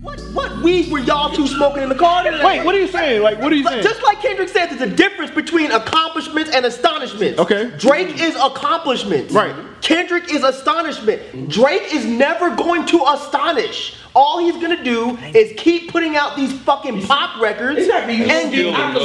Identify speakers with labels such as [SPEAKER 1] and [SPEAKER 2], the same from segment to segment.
[SPEAKER 1] What what weed were y'all two smoking in the car today?
[SPEAKER 2] Wait, what are you saying? Like, what are you
[SPEAKER 1] But
[SPEAKER 2] saying?
[SPEAKER 1] Just like Kendrick said, there's a difference between accomplishments and astonishments.
[SPEAKER 2] Okay.
[SPEAKER 1] Drake is accomplishments.
[SPEAKER 2] Right.
[SPEAKER 1] Kendrick is astonishment. Drake is never going to astonish. All he's gonna do is keep putting out these fucking pop records. and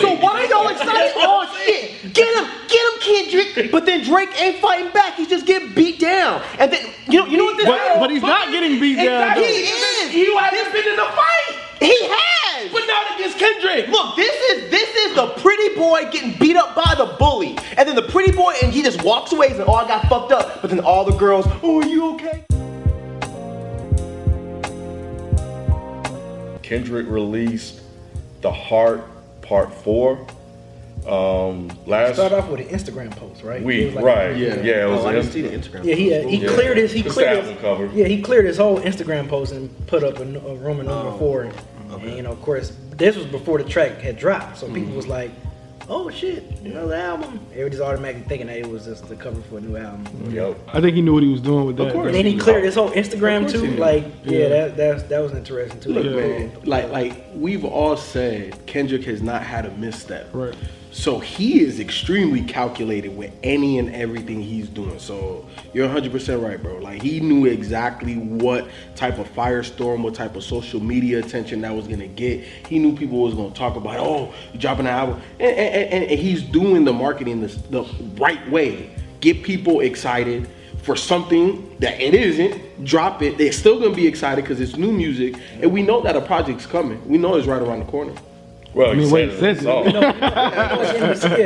[SPEAKER 1] so why are y'all excited? oh shit! Get him! Get him, Kendrick! But then Drake ain't fighting back. He's just getting beat down. And then you know you know what this
[SPEAKER 2] But- but he's not getting beat down,
[SPEAKER 1] Exactly.
[SPEAKER 2] though.
[SPEAKER 1] He is. He hasn't been in a fight. He has. But not against Kendrick. Look, this is this is the pretty boy getting beat up by the bully, and then the pretty boy and he just walks away. He's like, "Oh, I got fucked up." But then all the girls, "Oh, are you okay?"
[SPEAKER 3] Kendrick released The Heart Part 4 um, last
[SPEAKER 4] Start off with an Instagram post, right? It
[SPEAKER 3] week.
[SPEAKER 4] was like- Oh,
[SPEAKER 3] right. Yeah, yeah it
[SPEAKER 1] Oh,
[SPEAKER 3] was in-
[SPEAKER 1] Instagram.
[SPEAKER 4] Yeah, he uh, he
[SPEAKER 3] Yeah.
[SPEAKER 4] cleared his he
[SPEAKER 3] Just
[SPEAKER 4] cleared
[SPEAKER 3] album
[SPEAKER 4] his,
[SPEAKER 3] cover.
[SPEAKER 4] yeah he cleared his whole Instagram post and put up a, n- a Roman number
[SPEAKER 5] Oh.
[SPEAKER 4] four, and, and, you know of course this was before the track had dropped, so
[SPEAKER 5] Mm-hmm.
[SPEAKER 4] people was like, oh shit, another album. They were just automatically thinking that it was just the cover for a new album.
[SPEAKER 3] Yup.
[SPEAKER 2] I think he knew what he was doing with that. Of
[SPEAKER 4] And then he cleared his whole Instagram
[SPEAKER 5] he
[SPEAKER 4] too.
[SPEAKER 5] did.
[SPEAKER 4] Like yeah,
[SPEAKER 2] Yeah.
[SPEAKER 4] that that that was interesting too.
[SPEAKER 5] Look,
[SPEAKER 4] Like,
[SPEAKER 5] man, like like we've all said, Kendrick has not had a misstep.
[SPEAKER 2] Right.
[SPEAKER 5] So he is extremely calculated with any and everything he's doing. So you're 100% right, bro. Like he knew exactly what type of firestorm, what type of social media attention that was gonna get. He knew people was gonna talk about, oh, you dropping an album, and, and, and, and he's doing the marketing the, the right way. Get people excited for something that it isn't. Drop it. They're still gonna be excited because it's new music, and we know that a project's coming. We know it's right around the corner.
[SPEAKER 3] Well,
[SPEAKER 2] mean,
[SPEAKER 3] you
[SPEAKER 2] wait,
[SPEAKER 3] said it in the
[SPEAKER 2] sis.
[SPEAKER 3] song.
[SPEAKER 4] oh,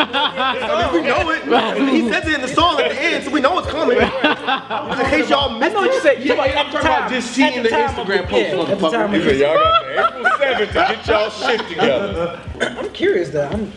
[SPEAKER 1] I mean, we know it. He says it in the song at the end, so we know it's coming. Just in case y'all missed it.
[SPEAKER 4] yeah,
[SPEAKER 5] I'm talking about just seeing the Instagram post,
[SPEAKER 4] at the time
[SPEAKER 3] He
[SPEAKER 4] of
[SPEAKER 3] said, y'all got to April 7th to get y'all shit together.
[SPEAKER 4] I'm curious that I'm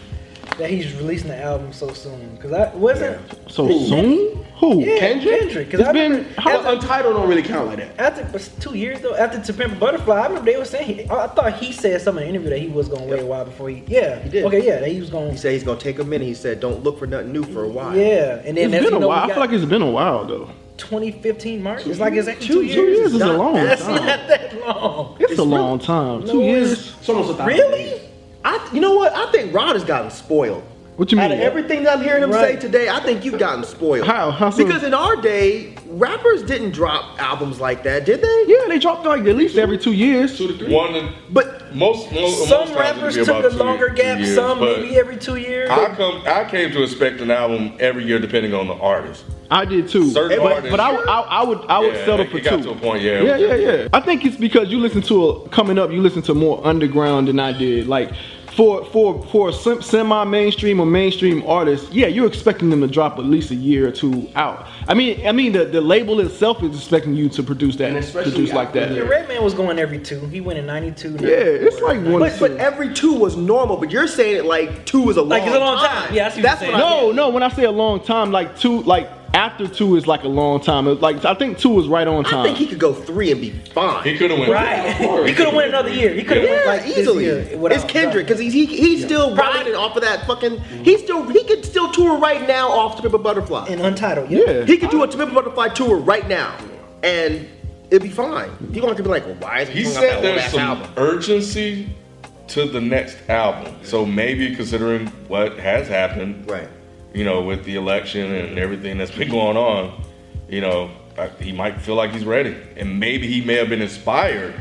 [SPEAKER 4] that he's releasing the album so soon because I wasn't
[SPEAKER 2] So soon? Who?
[SPEAKER 4] Yeah, Kendrick. Because
[SPEAKER 2] It's
[SPEAKER 4] I
[SPEAKER 2] been-
[SPEAKER 4] been
[SPEAKER 5] How
[SPEAKER 4] after,
[SPEAKER 5] Untitled don't really count like that.
[SPEAKER 4] after it was two years though, after To Pimp a Butterfly, I remember they were saying he, I I thought he said something in an interview that he was gonna wait a while before he. Yeah, he
[SPEAKER 1] did.
[SPEAKER 4] Okay, yeah, that he was gonna.
[SPEAKER 1] He said he's gonna take a minute. He said, "Don't look for nothing new for a while."
[SPEAKER 4] yeah, and then
[SPEAKER 2] It's been
[SPEAKER 4] as you
[SPEAKER 2] a
[SPEAKER 4] know,
[SPEAKER 2] while. I
[SPEAKER 4] we
[SPEAKER 2] feel like
[SPEAKER 4] got
[SPEAKER 2] it's been a while though.
[SPEAKER 4] 2015 March. It's like exactly
[SPEAKER 2] Two,
[SPEAKER 4] two,
[SPEAKER 2] two years
[SPEAKER 4] years.
[SPEAKER 2] is a long
[SPEAKER 4] That's
[SPEAKER 2] time.
[SPEAKER 4] not that long.
[SPEAKER 2] It's, a long time. Two
[SPEAKER 4] No,
[SPEAKER 2] years.
[SPEAKER 5] It's almost a thousand.
[SPEAKER 4] Really?
[SPEAKER 1] I, you know what? I think Rod has gotten spoiled.
[SPEAKER 2] What you mean?
[SPEAKER 1] Out of everything that I'm hearing him
[SPEAKER 4] Right.
[SPEAKER 1] say today, I think you've gotten spoiled.
[SPEAKER 2] How? How so?
[SPEAKER 1] Because in our day, rappers didn't drop albums like that, did they?
[SPEAKER 2] Yeah, they dropped like at least every two years.
[SPEAKER 5] Two to three.
[SPEAKER 3] One and
[SPEAKER 1] But
[SPEAKER 3] most, most most
[SPEAKER 4] Some
[SPEAKER 3] times it'd
[SPEAKER 4] rappers
[SPEAKER 3] be about
[SPEAKER 4] took a
[SPEAKER 3] two-
[SPEAKER 4] longer
[SPEAKER 3] two
[SPEAKER 4] gap.
[SPEAKER 3] years,
[SPEAKER 4] Some
[SPEAKER 3] but
[SPEAKER 4] maybe every two years.
[SPEAKER 3] I come. I came to expect an album every year, depending on the artist.
[SPEAKER 2] I did too.
[SPEAKER 3] Certain
[SPEAKER 2] but
[SPEAKER 3] artists-
[SPEAKER 2] but I, I, I would I would
[SPEAKER 3] Yeah,
[SPEAKER 2] settle
[SPEAKER 3] it
[SPEAKER 2] for
[SPEAKER 3] got
[SPEAKER 2] two.
[SPEAKER 3] to a point, yeah.
[SPEAKER 2] Yeah, yeah, yeah. I think it's because you listen to a, coming up, you listen to more underground than I did. Like for for for a semi mainstream or mainstream artist, yeah, you're expecting them to drop at least a year or two out. I mean, I mean the, the label itself is expecting you to produce that,
[SPEAKER 5] And especially
[SPEAKER 2] produce like
[SPEAKER 5] after
[SPEAKER 2] that.
[SPEAKER 4] yeah, Redman was going every two. He went in 92.
[SPEAKER 2] Yeah, it's like one.
[SPEAKER 1] But, but
[SPEAKER 2] two.
[SPEAKER 1] every two was normal, but you're saying it like two is a long
[SPEAKER 4] Like, it's a long time. Yeah, I see what
[SPEAKER 1] That's
[SPEAKER 4] you're
[SPEAKER 1] what I
[SPEAKER 2] No, no. When I say a long time, like two, like after two is like a long time. It- Like I think two is right on
[SPEAKER 1] I
[SPEAKER 2] time.
[SPEAKER 1] think he could go three and be fine.
[SPEAKER 3] He could have went.
[SPEAKER 4] Right. he could have won another year. He could have
[SPEAKER 1] yeah,
[SPEAKER 4] won like this
[SPEAKER 1] easily.
[SPEAKER 4] year
[SPEAKER 1] it's
[SPEAKER 4] without-
[SPEAKER 1] Kendrick because he's he, he's still
[SPEAKER 4] Probably-
[SPEAKER 1] riding off of that fucking. He's still he could still tour right now off the Pimp a Butterfly.
[SPEAKER 4] and Untitled.
[SPEAKER 2] yeah.
[SPEAKER 1] he could do a To Pimp a Butterfly tour right now, and it'd be fine. He gonna have to be like, well, why is
[SPEAKER 3] He
[SPEAKER 1] putting out
[SPEAKER 3] said
[SPEAKER 1] that old-ass
[SPEAKER 3] there's some
[SPEAKER 1] album?
[SPEAKER 3] urgency to the next album. So maybe considering what has happened,
[SPEAKER 1] Right.
[SPEAKER 3] You know, with the election and everything that's been going on, you know, I, he might feel like he's ready, and maybe he may have been inspired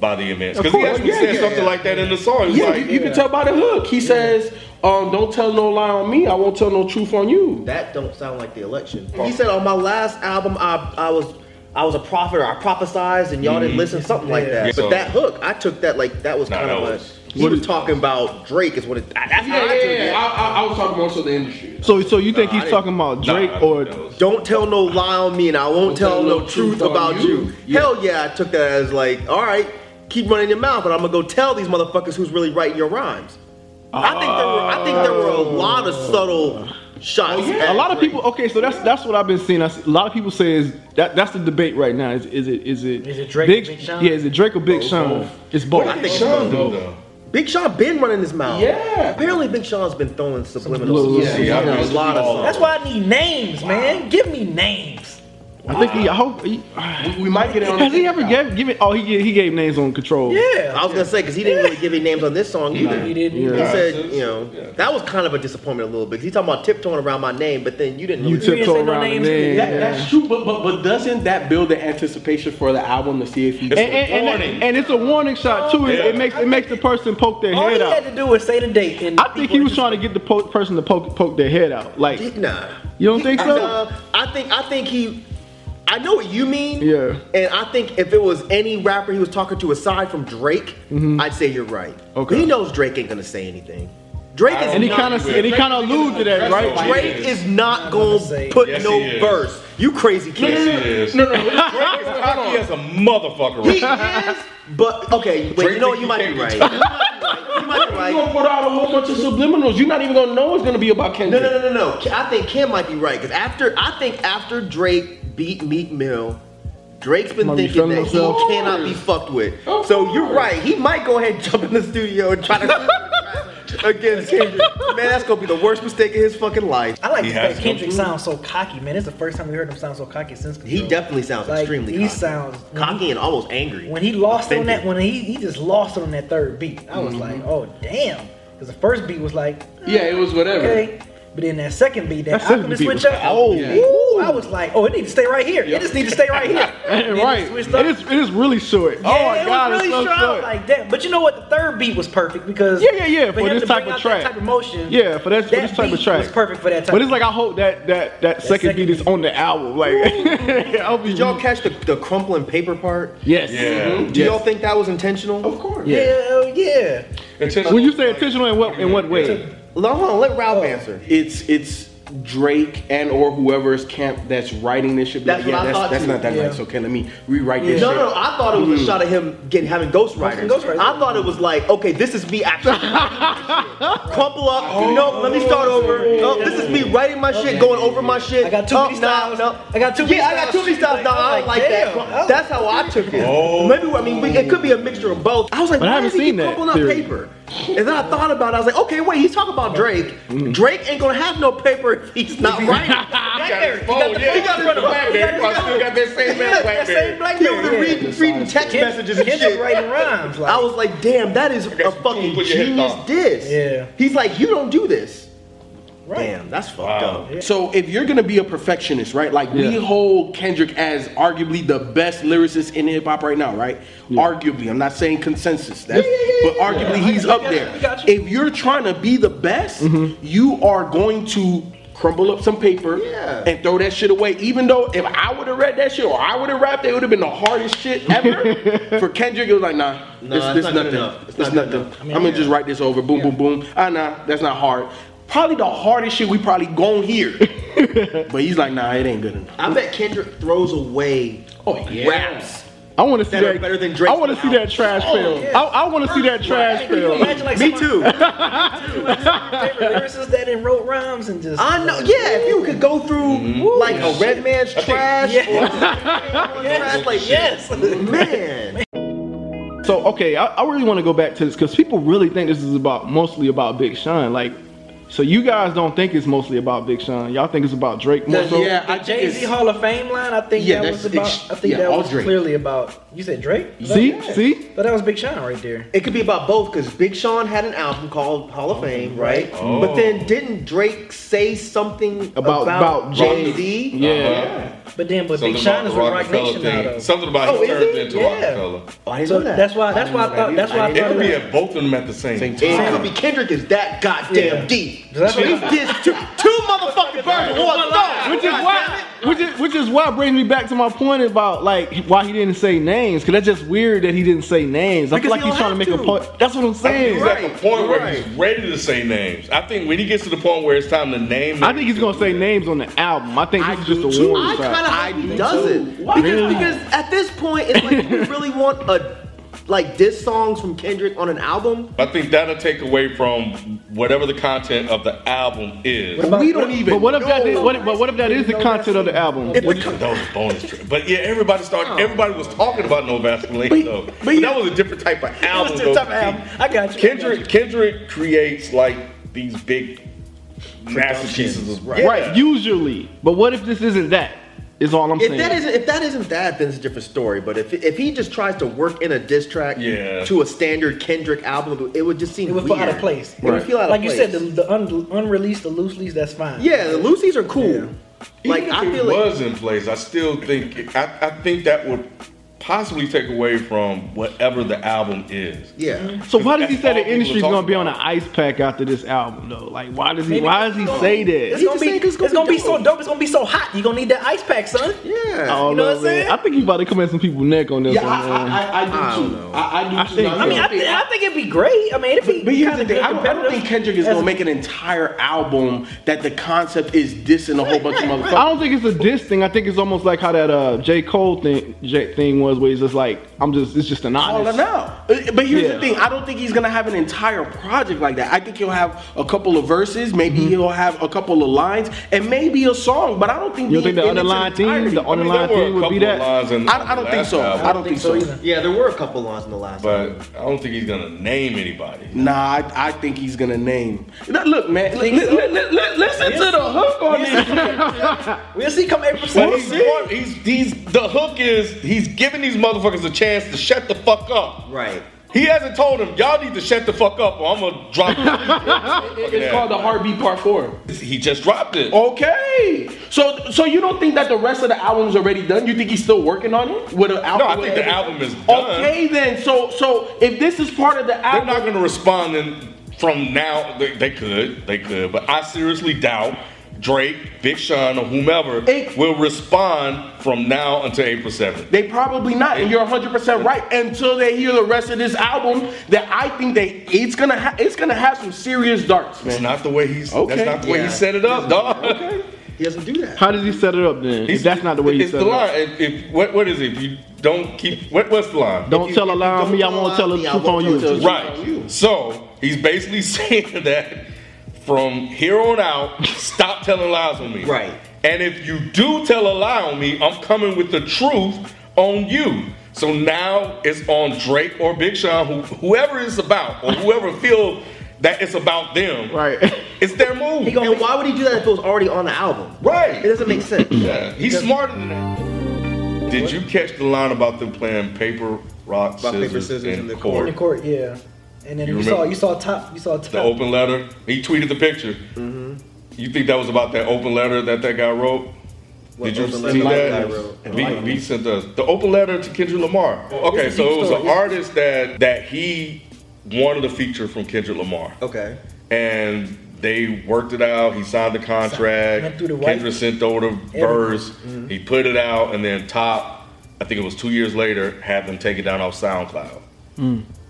[SPEAKER 3] by the events because he
[SPEAKER 5] course,
[SPEAKER 3] actually
[SPEAKER 5] yeah,
[SPEAKER 3] said
[SPEAKER 5] yeah,
[SPEAKER 3] something
[SPEAKER 5] yeah.
[SPEAKER 3] like that in the song. He's
[SPEAKER 5] Yeah,
[SPEAKER 3] like,
[SPEAKER 5] you, you can tell by the hook. He says, um, "Don't tell no lie on me. I won't tell no truth on you."
[SPEAKER 1] That don't sound like the election. He said on my last album, I, I was I was a prophet or I prophesized and y'all didn't listen, something like that.
[SPEAKER 3] Yeah.
[SPEAKER 1] But that hook, I took that like that was
[SPEAKER 3] Nah,
[SPEAKER 1] kind
[SPEAKER 3] that
[SPEAKER 1] of
[SPEAKER 3] was-
[SPEAKER 1] a He was talking about Drake. Is what it. That's how
[SPEAKER 6] Yeah,
[SPEAKER 1] I took
[SPEAKER 6] yeah,
[SPEAKER 1] it.
[SPEAKER 6] yeah. I, I, I was talking more so the industry.
[SPEAKER 2] So, so you think
[SPEAKER 3] Nah, I
[SPEAKER 2] he's
[SPEAKER 3] didn't-
[SPEAKER 2] talking about
[SPEAKER 3] Nah,
[SPEAKER 2] Drake
[SPEAKER 3] I
[SPEAKER 2] or?
[SPEAKER 3] think that was-
[SPEAKER 1] Don't tell no lie on me, and I won't tell, no truth, about you.
[SPEAKER 6] Yeah.
[SPEAKER 1] Hell yeah, I took that as like, all right, keep running your mouth, but I'm gonna go tell these motherfuckers who's really writing your rhymes. I think there were, I think there were a lot of subtle shots.
[SPEAKER 2] A lot of
[SPEAKER 1] people.
[SPEAKER 2] people. Okay, so that's that's what I've been seeing. I see, a lot of people say is that that's the debate right now. Is, is it is it
[SPEAKER 4] Is it Drake
[SPEAKER 2] Big,
[SPEAKER 4] or Big Sean?
[SPEAKER 2] Yeah, is it Drake or Big Sean? It's both.
[SPEAKER 1] I think
[SPEAKER 3] Sean
[SPEAKER 6] though.
[SPEAKER 3] though.
[SPEAKER 1] Big Sean been running his mouth.
[SPEAKER 6] Yeah.
[SPEAKER 1] Apparently, Big Sean's been throwing subliminal.
[SPEAKER 2] little-
[SPEAKER 1] Yeah,
[SPEAKER 3] Yeah,
[SPEAKER 1] a
[SPEAKER 3] I've
[SPEAKER 1] lot of
[SPEAKER 4] That's why I need names, man. Give me names.
[SPEAKER 2] I think he. I hope. He,
[SPEAKER 6] We, we might get it on.
[SPEAKER 2] has he ever gave? Give it. Oh, he gave, he gave names on Control.
[SPEAKER 4] Yeah.
[SPEAKER 1] I was gonna say because he didn't really give any names on this song either.
[SPEAKER 4] He didn't.
[SPEAKER 1] He
[SPEAKER 2] Yeah.
[SPEAKER 1] said, you know, that was kind of a disappointment a little bit. He talking about tiptoeing around my name, but then you didn't.
[SPEAKER 2] You
[SPEAKER 1] Really
[SPEAKER 4] didn't
[SPEAKER 2] tiptoe
[SPEAKER 4] say no
[SPEAKER 2] around the
[SPEAKER 4] names.
[SPEAKER 2] name.
[SPEAKER 6] That,
[SPEAKER 2] yeah.
[SPEAKER 6] That's true, but, but but doesn't that build the anticipation for the album to see if he?
[SPEAKER 3] It's
[SPEAKER 2] and, and- and-
[SPEAKER 3] warning.
[SPEAKER 2] and it's a warning shot too. It,
[SPEAKER 3] Yeah.
[SPEAKER 2] it makes it makes the person poke their
[SPEAKER 4] All he
[SPEAKER 2] head
[SPEAKER 4] had
[SPEAKER 2] out.
[SPEAKER 4] to do was say the date. And
[SPEAKER 2] I think he was trying to get the po- person to poke poke their head out. Like
[SPEAKER 1] Nah.
[SPEAKER 2] you don't think so?
[SPEAKER 1] Uh, I think I think he. I know what you mean.
[SPEAKER 2] Yeah.
[SPEAKER 1] And I think if it was any rapper he was talking to aside from Drake, I'd say you're right.
[SPEAKER 2] Mm-hmm. Okay.
[SPEAKER 1] He knows Drake ain't gonna say anything. Drake is
[SPEAKER 2] And he
[SPEAKER 1] not-
[SPEAKER 2] kind of and he kind of allude to that, right?
[SPEAKER 1] Drake is not gonna
[SPEAKER 4] say-
[SPEAKER 1] put
[SPEAKER 3] Yes,
[SPEAKER 1] no
[SPEAKER 3] he is.
[SPEAKER 1] verse. You crazy kid.
[SPEAKER 3] Yes, it is. No, no, Drake is cocky as a motherfucker.
[SPEAKER 1] He
[SPEAKER 3] Right? now.
[SPEAKER 1] is, but okay, wait, you know what? You might be right. You might be
[SPEAKER 6] You're gonna
[SPEAKER 1] right.
[SPEAKER 6] put out a whole bunch of subliminals. You're not even gonna know it's gonna be about
[SPEAKER 1] No,
[SPEAKER 6] Kendrick.
[SPEAKER 1] no, no, no, no. Ki- I think Kim might be right because after I think after Drake beat Meek Mill, Drake's been
[SPEAKER 2] Might be
[SPEAKER 1] thinking
[SPEAKER 2] feeling
[SPEAKER 1] that
[SPEAKER 2] himself.
[SPEAKER 1] he cannot be fucked with.
[SPEAKER 6] Of
[SPEAKER 1] So you're
[SPEAKER 6] course.
[SPEAKER 1] right. He might go ahead and jump in the studio and try to against Kendrick. Man, that's gonna be the worst mistake of his fucking life.
[SPEAKER 4] I like
[SPEAKER 3] He
[SPEAKER 4] the fact
[SPEAKER 3] has to.
[SPEAKER 4] Kendrick sounds so cocky, man. It's the first time we heard him sound so cocky since.
[SPEAKER 1] He
[SPEAKER 4] Control.
[SPEAKER 1] definitely sounds
[SPEAKER 4] Like,
[SPEAKER 1] extremely.
[SPEAKER 4] He
[SPEAKER 1] cocky.
[SPEAKER 4] sounds
[SPEAKER 1] cocky and almost angry.
[SPEAKER 4] When he lost on
[SPEAKER 1] Offended.
[SPEAKER 4] that, when he, he just lost on that third beat, I was
[SPEAKER 1] Mm-hmm.
[SPEAKER 4] like, oh damn, because the first beat was like,
[SPEAKER 6] Yeah, it was whatever.
[SPEAKER 4] okay, but then that second beat, that
[SPEAKER 2] That
[SPEAKER 4] I'm
[SPEAKER 2] second
[SPEAKER 4] gonna
[SPEAKER 2] beat
[SPEAKER 4] switch
[SPEAKER 2] was
[SPEAKER 4] up. Oh,
[SPEAKER 6] Yeah.
[SPEAKER 4] ooh, I was like, oh, it need to stay right here. It just need to stay right here. Then it
[SPEAKER 2] Right.
[SPEAKER 4] switched up.
[SPEAKER 2] It is it is really short. oh
[SPEAKER 4] Yeah,
[SPEAKER 2] my
[SPEAKER 4] it
[SPEAKER 2] god,
[SPEAKER 4] was
[SPEAKER 2] it's
[SPEAKER 4] really
[SPEAKER 2] so
[SPEAKER 4] short. I was
[SPEAKER 2] short.
[SPEAKER 4] Like that, but you know what? The third beat was perfect because
[SPEAKER 2] Yeah, yeah, yeah. For
[SPEAKER 4] for, him
[SPEAKER 2] this
[SPEAKER 4] to
[SPEAKER 2] type
[SPEAKER 4] bring
[SPEAKER 2] of
[SPEAKER 4] out
[SPEAKER 2] track,
[SPEAKER 4] that type of motion.
[SPEAKER 2] yeah, for that, for this
[SPEAKER 4] that
[SPEAKER 2] type of
[SPEAKER 4] beat
[SPEAKER 2] track,
[SPEAKER 4] was perfect for that type.
[SPEAKER 2] But it's like I hope that that that, that second
[SPEAKER 4] second
[SPEAKER 2] beat is
[SPEAKER 4] beat.
[SPEAKER 2] on the album. Like, I'll be
[SPEAKER 1] Did y'all catch the, the crumpling paper part?
[SPEAKER 2] Yes.
[SPEAKER 3] Yeah.
[SPEAKER 1] Do y'all think that was intentional?
[SPEAKER 6] Of course.
[SPEAKER 2] Yeah.
[SPEAKER 4] Hell yeah.
[SPEAKER 3] Intentional.
[SPEAKER 2] When you say intentional, in what in what way?
[SPEAKER 1] Hold on, let Ralph answer.
[SPEAKER 5] It's it's Drake and or whoever's camp that's writing this shit. be
[SPEAKER 1] That's
[SPEAKER 5] like, yeah,
[SPEAKER 1] what I
[SPEAKER 5] that's,
[SPEAKER 1] thought
[SPEAKER 5] that's
[SPEAKER 1] too.
[SPEAKER 5] not that
[SPEAKER 4] Yeah.
[SPEAKER 5] nice. Okay, let me rewrite this.
[SPEAKER 1] No,
[SPEAKER 5] shit.
[SPEAKER 1] no, no, I thought it
[SPEAKER 3] Mm-hmm.
[SPEAKER 1] was a shot of him getting having ghostwriters.
[SPEAKER 4] Ghostwriters.
[SPEAKER 1] I thought it was like, okay, this is me actually. Crumple up. no, let me start over. No, this is me writing my shit, going over my shit.
[SPEAKER 4] I got too
[SPEAKER 1] Oh,
[SPEAKER 4] many
[SPEAKER 1] nah,
[SPEAKER 4] styles.
[SPEAKER 1] no.
[SPEAKER 4] I got too many
[SPEAKER 1] Yeah, I got too
[SPEAKER 4] styles.
[SPEAKER 1] many styles. No, I don't
[SPEAKER 4] Like,
[SPEAKER 1] like
[SPEAKER 4] damn.
[SPEAKER 1] that. That's how I took it.
[SPEAKER 3] Oh.
[SPEAKER 1] Maybe I mean we, it could be a mixture of both. I was like,
[SPEAKER 2] But I
[SPEAKER 1] why
[SPEAKER 2] haven't
[SPEAKER 1] does he
[SPEAKER 2] seen
[SPEAKER 1] keep
[SPEAKER 2] that
[SPEAKER 1] crumpling up
[SPEAKER 2] theory.
[SPEAKER 1] paper? And then I thought about it. I was like, okay, wait, he's talking about Drake.
[SPEAKER 3] Mm-hmm.
[SPEAKER 1] Drake ain't gonna have no paper if he's not writing.
[SPEAKER 4] Right
[SPEAKER 3] got
[SPEAKER 4] there.
[SPEAKER 3] his
[SPEAKER 4] You
[SPEAKER 3] phone,
[SPEAKER 4] got the-
[SPEAKER 3] yeah.
[SPEAKER 4] you got the-
[SPEAKER 3] He got his Blackberry. I still got that same
[SPEAKER 4] Yeah,
[SPEAKER 3] ass
[SPEAKER 4] that same
[SPEAKER 3] Blackberry.
[SPEAKER 1] He was
[SPEAKER 4] Blackberry. yeah.
[SPEAKER 1] reading, reading text
[SPEAKER 4] Kend-
[SPEAKER 1] messages and
[SPEAKER 4] Kendrick
[SPEAKER 1] shit.
[SPEAKER 4] writing rhymes. Like,
[SPEAKER 1] I was like, damn, that is a
[SPEAKER 3] That's
[SPEAKER 1] fucking
[SPEAKER 3] what you had
[SPEAKER 1] genius
[SPEAKER 3] thought.
[SPEAKER 1] diss.
[SPEAKER 4] Yeah.
[SPEAKER 1] He's like, you don't do this.
[SPEAKER 4] right.
[SPEAKER 1] Damn, that's fucked
[SPEAKER 3] Wow.
[SPEAKER 1] up.
[SPEAKER 5] So if you're gonna be a perfectionist, right? Like we
[SPEAKER 2] Yeah.
[SPEAKER 5] hold Kendrick as arguably the best lyricist in hip hop right now, right? Arguably, I'm not saying consensus, that's, but arguably he's up
[SPEAKER 4] I
[SPEAKER 5] there.
[SPEAKER 4] got you. Mm-hmm.
[SPEAKER 5] If you're trying to be the best, you are going to crumble up some paper
[SPEAKER 1] Yeah.
[SPEAKER 5] and throw that shit away. Even though if I would have read that shit or I would have rapped, it would have been the hardest shit ever. For Kendrick, it was like, nah, this,
[SPEAKER 1] it's
[SPEAKER 5] this
[SPEAKER 1] not good
[SPEAKER 5] nothing.
[SPEAKER 1] enough.
[SPEAKER 5] It's, not nothing. I'm gonna just write this over. Boom, boom, boom. Ah, nah, that's not hard. Probably the hardest shit we probably gon' hear. but he's like, nah, it ain't good enough.
[SPEAKER 1] I bet Kendrick throws away
[SPEAKER 5] Oh yeah.
[SPEAKER 1] raps.
[SPEAKER 2] I want to see
[SPEAKER 1] That are
[SPEAKER 2] that.
[SPEAKER 1] better than Drake's
[SPEAKER 2] I want to see that trash
[SPEAKER 1] Oh,
[SPEAKER 2] film.
[SPEAKER 4] yeah.
[SPEAKER 2] I, I want to see that trash
[SPEAKER 4] Can you
[SPEAKER 2] film.
[SPEAKER 4] imagine, like,
[SPEAKER 1] Me
[SPEAKER 4] someone-
[SPEAKER 1] too.
[SPEAKER 4] favorite lyricist that and wrote rhymes and just
[SPEAKER 1] I know. Yeah, if you could go through like a red man's trash,
[SPEAKER 4] Yeah.
[SPEAKER 1] or trash, like
[SPEAKER 4] yes.
[SPEAKER 1] man.
[SPEAKER 2] So okay, I, I really want to go back to this because people really think this is about mostly about Big Sean. Like, so you guys don't think it's mostly about Big Sean. Y'all think it's about Drake more. so?
[SPEAKER 5] yeah, I think
[SPEAKER 4] Jay Z
[SPEAKER 5] it's-
[SPEAKER 4] Hall of Fame line. I think
[SPEAKER 5] Yeah,
[SPEAKER 4] that was
[SPEAKER 5] that's
[SPEAKER 4] about.
[SPEAKER 5] ex-
[SPEAKER 4] I think
[SPEAKER 5] yeah,
[SPEAKER 4] that
[SPEAKER 5] all
[SPEAKER 4] was
[SPEAKER 5] Drake.
[SPEAKER 4] clearly about. You said Drake.
[SPEAKER 2] See? See?
[SPEAKER 4] But that was Big Sean right there.
[SPEAKER 1] It could be about both because Big Sean had an album called Hall
[SPEAKER 4] Oh,
[SPEAKER 1] of Fame, right? But then didn't Drake say something about,
[SPEAKER 2] About- about
[SPEAKER 1] Jay Z?
[SPEAKER 2] Yeah.
[SPEAKER 4] But then, but Big
[SPEAKER 3] Something
[SPEAKER 4] Sean
[SPEAKER 3] about
[SPEAKER 4] is
[SPEAKER 3] the
[SPEAKER 4] what Rock
[SPEAKER 3] Rockefeller
[SPEAKER 4] Nation out
[SPEAKER 3] thing.
[SPEAKER 4] of.
[SPEAKER 3] Something about
[SPEAKER 1] Oh,
[SPEAKER 3] he
[SPEAKER 1] is
[SPEAKER 3] turned
[SPEAKER 1] it?
[SPEAKER 3] into
[SPEAKER 4] Yeah.
[SPEAKER 3] Rockefeller.
[SPEAKER 1] Oh, I didn't
[SPEAKER 4] So
[SPEAKER 1] know that.
[SPEAKER 4] that's why. That's why I thought. That's why I
[SPEAKER 3] It
[SPEAKER 4] thought.
[SPEAKER 3] could be
[SPEAKER 4] it was-
[SPEAKER 3] at both of them at the same
[SPEAKER 5] Same
[SPEAKER 3] time.
[SPEAKER 5] time.
[SPEAKER 1] It could be Kendrick is that goddamn
[SPEAKER 4] Yeah.
[SPEAKER 1] deep. me. He's dissed two, two motherfucking birds with one stone.
[SPEAKER 2] Which is why, which is, which is why brings me back to my point about like why he didn't say names. Cause that's just weird that he didn't say names. I
[SPEAKER 1] Because
[SPEAKER 2] feel like
[SPEAKER 1] he
[SPEAKER 2] he's
[SPEAKER 1] don't
[SPEAKER 2] trying to make
[SPEAKER 1] have
[SPEAKER 2] a
[SPEAKER 1] to.
[SPEAKER 2] point. That's what I'm saying.
[SPEAKER 3] He's at the point where he's ready to say names. I think when he gets to the point where it's time to name,
[SPEAKER 2] I think he's gonna say names on the album. I think this is just a
[SPEAKER 1] Too,
[SPEAKER 2] warning
[SPEAKER 1] I
[SPEAKER 2] shot.
[SPEAKER 1] kind of hope he doesn't. Because,
[SPEAKER 2] Really?
[SPEAKER 1] because at this point, it's like you really want a like diss songs from Kendrick on an album.
[SPEAKER 3] I think that'll take away from whatever the content of the album is.
[SPEAKER 5] we don't even.
[SPEAKER 2] But what if that? Is,
[SPEAKER 5] know.
[SPEAKER 2] what, but what if that is the content of the album?
[SPEAKER 1] If the
[SPEAKER 3] That was a bonus track. But yeah, everybody started. Everybody was talking about No Vaseline though. But, that was a different type of album.
[SPEAKER 4] different
[SPEAKER 3] though.
[SPEAKER 4] type of album. I got you, I
[SPEAKER 3] Kendrick
[SPEAKER 4] got
[SPEAKER 3] Kendrick creates like these big massive pieces. Right.
[SPEAKER 2] Right, usually. But what if this isn't that? Is all I'm
[SPEAKER 1] If
[SPEAKER 2] saying.
[SPEAKER 1] that isn't if that isn't that, then it's a different story. But if if he just tries to work in a diss track
[SPEAKER 3] Yeah.
[SPEAKER 1] to a standard Kendrick album, it would just seem
[SPEAKER 4] It would
[SPEAKER 1] weird.
[SPEAKER 4] feel out of place.
[SPEAKER 1] It would feel out
[SPEAKER 4] like
[SPEAKER 1] of place.
[SPEAKER 4] you said, the, the un, unreleased, the loose leaves, that's fine.
[SPEAKER 1] yeah, the Lucy's are cool. Like
[SPEAKER 3] Even if
[SPEAKER 1] I
[SPEAKER 3] it
[SPEAKER 1] feel like
[SPEAKER 3] was in place, I still think it, I, I think that would possibly take away from whatever the album is.
[SPEAKER 1] yeah.
[SPEAKER 2] so why does he
[SPEAKER 3] That's
[SPEAKER 2] say
[SPEAKER 3] all
[SPEAKER 2] the
[SPEAKER 3] people
[SPEAKER 2] industry's
[SPEAKER 3] talk
[SPEAKER 2] gonna be on an
[SPEAKER 3] about.
[SPEAKER 2] ice pack after this album though? Like why does he
[SPEAKER 4] Maybe
[SPEAKER 2] why does he
[SPEAKER 4] it's
[SPEAKER 2] say
[SPEAKER 4] It's
[SPEAKER 2] that?
[SPEAKER 4] gonna, be,
[SPEAKER 1] it's
[SPEAKER 4] it's
[SPEAKER 1] gonna
[SPEAKER 4] gonna,
[SPEAKER 1] be
[SPEAKER 4] be so dope. It's gonna be so hot. You're gonna need that ice pack, son.
[SPEAKER 1] Yeah.
[SPEAKER 2] I don't
[SPEAKER 4] You know what
[SPEAKER 2] man.
[SPEAKER 4] I'm saying?
[SPEAKER 2] I think he about to come at some people neck on this
[SPEAKER 6] Yeah,
[SPEAKER 2] one. man.
[SPEAKER 6] I, I, I, I do
[SPEAKER 1] don't
[SPEAKER 6] too.
[SPEAKER 1] know.
[SPEAKER 6] I, I do
[SPEAKER 2] I
[SPEAKER 6] too.
[SPEAKER 2] think-
[SPEAKER 6] No,
[SPEAKER 4] I mean, I,
[SPEAKER 6] don't
[SPEAKER 4] thi- I think it'd be great. I mean, it'd be.
[SPEAKER 6] But here's
[SPEAKER 4] kinda
[SPEAKER 6] the thing:
[SPEAKER 4] good
[SPEAKER 6] I don't, I don't
[SPEAKER 4] competitive.
[SPEAKER 6] think Kendrick is
[SPEAKER 4] As-
[SPEAKER 6] gonna make an entire album that the concept is dissing a whole bunch of motherfuckers.
[SPEAKER 2] I don't think it's a diss thing. I think it's almost like how that uh, J. Cole thing J, thing was, where he's just like, I'm just, it's just an
[SPEAKER 6] all
[SPEAKER 2] honest.
[SPEAKER 6] in out. Uh, But here's
[SPEAKER 2] Yeah.
[SPEAKER 6] the thing: I don't think he's gonna have an entire project like that. I think he'll have a couple of verses, maybe
[SPEAKER 2] Mm-hmm.
[SPEAKER 6] he'll have a couple of lines, and maybe a song. But I don't think
[SPEAKER 2] You don't think the
[SPEAKER 6] in its
[SPEAKER 2] underlying theme,
[SPEAKER 6] entirety.
[SPEAKER 2] the
[SPEAKER 3] I mean,
[SPEAKER 2] underlying
[SPEAKER 3] there were a
[SPEAKER 2] theme would be
[SPEAKER 3] couple of
[SPEAKER 2] that?
[SPEAKER 3] lines in
[SPEAKER 6] I, I
[SPEAKER 3] the
[SPEAKER 6] don't think
[SPEAKER 3] last
[SPEAKER 6] so.
[SPEAKER 3] album,
[SPEAKER 6] I don't think so. either.
[SPEAKER 1] Yeah, there were a couple lines in the last
[SPEAKER 3] But
[SPEAKER 1] album.
[SPEAKER 3] I don't think he's gonna name anybody.
[SPEAKER 6] Nah, I, I think he's gonna name. Now, Look, man, li- li- li- li- li- listen to the hook on this.
[SPEAKER 4] We'll see come April
[SPEAKER 3] But
[SPEAKER 4] 7th.
[SPEAKER 3] he's, one- he's, he's the hook is he's giving these motherfuckers a chance to shut the fuck up.
[SPEAKER 1] Right.
[SPEAKER 3] He hasn't told them y'all need to shut the fuck up or I'm gonna drop.
[SPEAKER 6] It's called the Heartbeat Part Four.
[SPEAKER 3] it. He just dropped it.
[SPEAKER 6] Okay, so so you don't think that the rest of the album's already done? You think he's still working on it with an
[SPEAKER 3] no,
[SPEAKER 6] album?
[SPEAKER 3] I think the album is done.
[SPEAKER 6] Okay, then. So so if this is part of the
[SPEAKER 3] They're
[SPEAKER 6] album,
[SPEAKER 3] not gonna respond in, from now. They, they could, they could, but I seriously doubt Drake, Big Sean, or whomever
[SPEAKER 6] It-
[SPEAKER 3] will respond from now until April 7th.
[SPEAKER 6] They probably not, and you're 100 percent right. Until they hear the rest of this album, that I think they it's gonna ha- it's gonna have some serious darts,
[SPEAKER 3] It's
[SPEAKER 6] man.
[SPEAKER 3] not the way he's.
[SPEAKER 6] Okay.
[SPEAKER 3] That's not the way
[SPEAKER 1] Yeah.
[SPEAKER 3] he set it up, dog.
[SPEAKER 1] He doesn't do that.
[SPEAKER 2] How does he set it up then? If
[SPEAKER 3] He's-
[SPEAKER 2] that's not the way he
[SPEAKER 3] it's
[SPEAKER 2] set
[SPEAKER 3] the
[SPEAKER 2] it up.
[SPEAKER 3] line. If, if- what, what is it? If you don't keep what, what's the line?
[SPEAKER 2] Don't tell a lie on me, I
[SPEAKER 1] don't
[SPEAKER 2] won't
[SPEAKER 1] lie
[SPEAKER 2] tell
[SPEAKER 1] on
[SPEAKER 2] the
[SPEAKER 1] me, I
[SPEAKER 2] truth
[SPEAKER 1] won't
[SPEAKER 2] on
[SPEAKER 1] tell
[SPEAKER 2] you.
[SPEAKER 1] the truth.
[SPEAKER 3] Right. So he's basically saying that from here on out, stop telling lies on me.
[SPEAKER 1] Right.
[SPEAKER 3] And if you do tell a lie on me, I'm coming with the truth on you. So now it's on Drake or Big Sean, who, whoever it's about, or whoever feels that it's about them.
[SPEAKER 2] Right.
[SPEAKER 3] It's their move.
[SPEAKER 1] And why would he do that if it was already on the album?
[SPEAKER 3] Right.
[SPEAKER 1] It doesn't make sense.
[SPEAKER 3] Yeah, he's smarter than that. Did you catch the line about them playing paper, rock,
[SPEAKER 1] Rock,
[SPEAKER 3] scissors,
[SPEAKER 1] paper, scissors,
[SPEAKER 3] and,
[SPEAKER 1] and the
[SPEAKER 3] court?
[SPEAKER 4] in the court, yeah. And then
[SPEAKER 3] You
[SPEAKER 4] you, saw
[SPEAKER 3] remember-
[SPEAKER 4] you saw top you saw top.
[SPEAKER 3] The open letter. He tweeted the picture.
[SPEAKER 1] Mm-hmm.
[SPEAKER 3] You think that was about that open letter that that guy wrote?
[SPEAKER 1] What
[SPEAKER 3] Did you
[SPEAKER 1] open
[SPEAKER 3] see
[SPEAKER 1] letter that
[SPEAKER 3] that?
[SPEAKER 1] guy wrote?
[SPEAKER 3] V, V sent us the open letter to Kendrick Lamar. Okay,
[SPEAKER 4] It's a deep
[SPEAKER 3] so it was
[SPEAKER 4] story.
[SPEAKER 3] an
[SPEAKER 4] It's-
[SPEAKER 3] artist that that he wanted to feature from Kendrick Lamar,
[SPEAKER 1] Okay.
[SPEAKER 3] and they worked it out. He signed the contract.
[SPEAKER 4] Went through the white- Mm-hmm.
[SPEAKER 3] Kendrick sent over the verse. He put it out, and then Top, I think it was two years later, had them take it down off SoundCloud.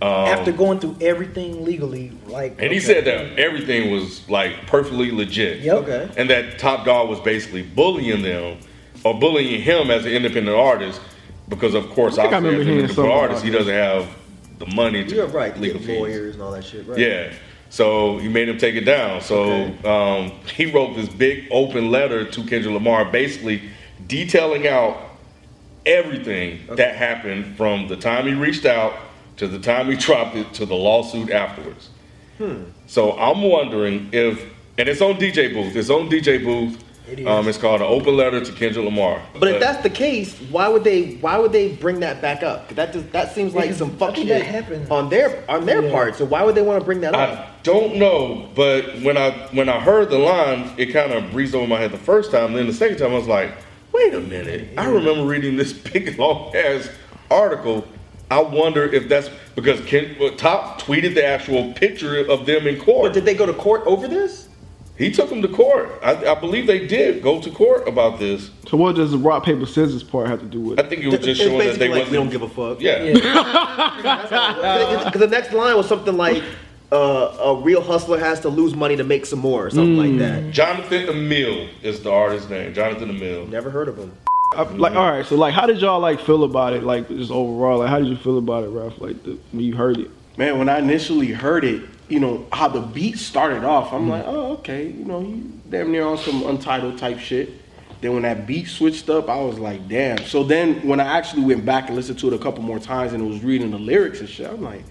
[SPEAKER 4] after going through everything legally, like
[SPEAKER 3] And he said that everything was like perfectly legit.
[SPEAKER 4] Yep.
[SPEAKER 1] Okay.
[SPEAKER 3] And that Top Dog was basically bullying them or bullying him as an independent artist because, of course,
[SPEAKER 2] I think I
[SPEAKER 3] obviously,
[SPEAKER 2] remember
[SPEAKER 3] as an
[SPEAKER 2] hearing
[SPEAKER 3] independent
[SPEAKER 2] something
[SPEAKER 3] artist, he
[SPEAKER 2] about
[SPEAKER 3] doesn't have the money to
[SPEAKER 1] You're right.
[SPEAKER 3] legal
[SPEAKER 1] Legal
[SPEAKER 3] fees.
[SPEAKER 1] lawyers and all that shit. Right.
[SPEAKER 3] Yeah. So he made him take it down. So um, he wrote this big open letter to Kendrick Lamar, basically detailing out everything that happened from the time he reached out to the time he dropped it to the lawsuit afterwards. So I'm wondering if, and it's on DJ Booth. It's on DJ Booth.
[SPEAKER 4] It
[SPEAKER 3] um,
[SPEAKER 4] is.
[SPEAKER 3] it's called an open letter to Kendrick Lamar. Uh,
[SPEAKER 1] But if that's the case, why would they? Why would they bring that back up? 'Cause That just, that seems like
[SPEAKER 4] Because
[SPEAKER 1] some
[SPEAKER 4] I
[SPEAKER 1] fuck
[SPEAKER 4] think that
[SPEAKER 1] shit
[SPEAKER 4] happened.
[SPEAKER 1] on their on their
[SPEAKER 4] Yeah.
[SPEAKER 1] part. So why would they want to bring that up?
[SPEAKER 3] I don't know, but when I when I heard the line, it kind of breezed over my head the first time. Then the second time, I was like, "Wait a minute!
[SPEAKER 1] Mm.
[SPEAKER 3] I remember reading this big long ass article. I wonder if that's because Ken, well, Top tweeted the actual picture of them in court.
[SPEAKER 1] But did they go to court over this?
[SPEAKER 3] He took him to court. I, I believe they did go to court about this.
[SPEAKER 2] So what does the rock paper scissors part have to do with?
[SPEAKER 3] I
[SPEAKER 2] it?
[SPEAKER 3] think it was just
[SPEAKER 1] It's
[SPEAKER 3] showing that
[SPEAKER 1] basically
[SPEAKER 3] they
[SPEAKER 1] like,
[SPEAKER 3] wasn't.
[SPEAKER 1] we don't give a fuck.
[SPEAKER 3] yeah.
[SPEAKER 1] Because the next line was something like, uh, a real hustler has to lose money to make some more, or
[SPEAKER 4] Mm.
[SPEAKER 1] something like that.
[SPEAKER 3] Jonathan Emil is the artist's name. Jonathan Emil.
[SPEAKER 1] Never heard of him.
[SPEAKER 2] I, like all right, so like how did y'all like feel about it? Like just overall, like how did you feel about it, Ralph? Like the, when you heard it.
[SPEAKER 6] Man, when I initially heard it, you know how the beat started off, I'm like, oh okay, you know, he damn near on some untitled type shit. Then when that beat switched up, I was like, damn. So then when I actually went back and listened to it a couple more times and was reading the lyrics and shit, I'm like,